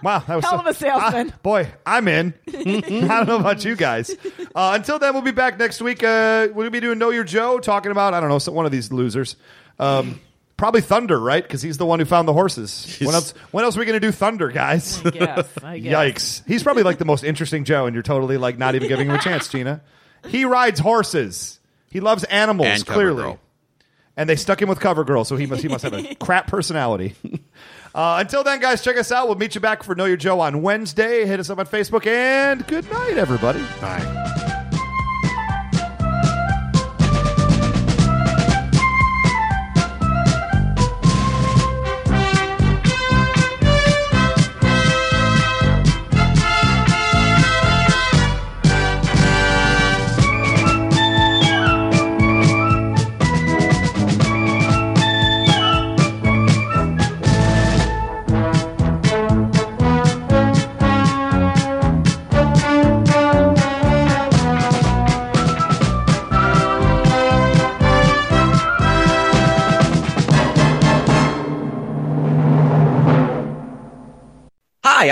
Wow, that was so- Hell of a salesman. Ah, boy, I'm in. (laughs) I don't know about you guys. Uh, until then, we'll be back next week. Uh, we'll be doing Know Your Joe, talking about I don't know some, one of these losers. Um, probably Thunder, right? Because he's the one who found the horses. When else? When else are we going to do Thunder, guys? Yes, (laughs) I Yikes! He's probably like the most interesting Joe, and you're totally like not even giving him a chance, Gina. He rides horses. He loves animals, And clearly CoverGirl. and they stuck him with CoverGirl, so he must he must have a crap personality. Uh, until then, guys, check us out. We'll meet you back for Know Your Joe on Wednesday. Hit us up on Facebook, and good night, everybody. Bye. Hi,